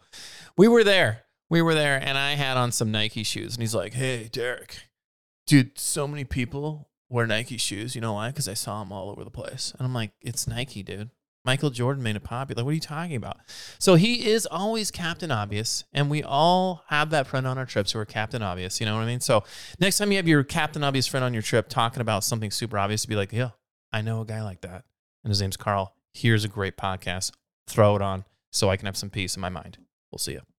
We were there. We were there and I had on some Nike shoes and he's like, "Hey, Derek. Dude, so many people wear Nike shoes. You know why? Cuz I saw them all over the place." And I'm like, "It's Nike, dude. Michael Jordan made it popular. What are you talking about?" So he is always Captain Obvious, and we all have that friend on our trips who are Captain Obvious. You know what I mean? So next time you have your Captain Obvious friend on your trip talking about something super obvious, be like, "Yeah, I know a guy like that, and his name's Carl. Here's a great podcast. Throw it on so I can have some peace in my mind." We'll see you.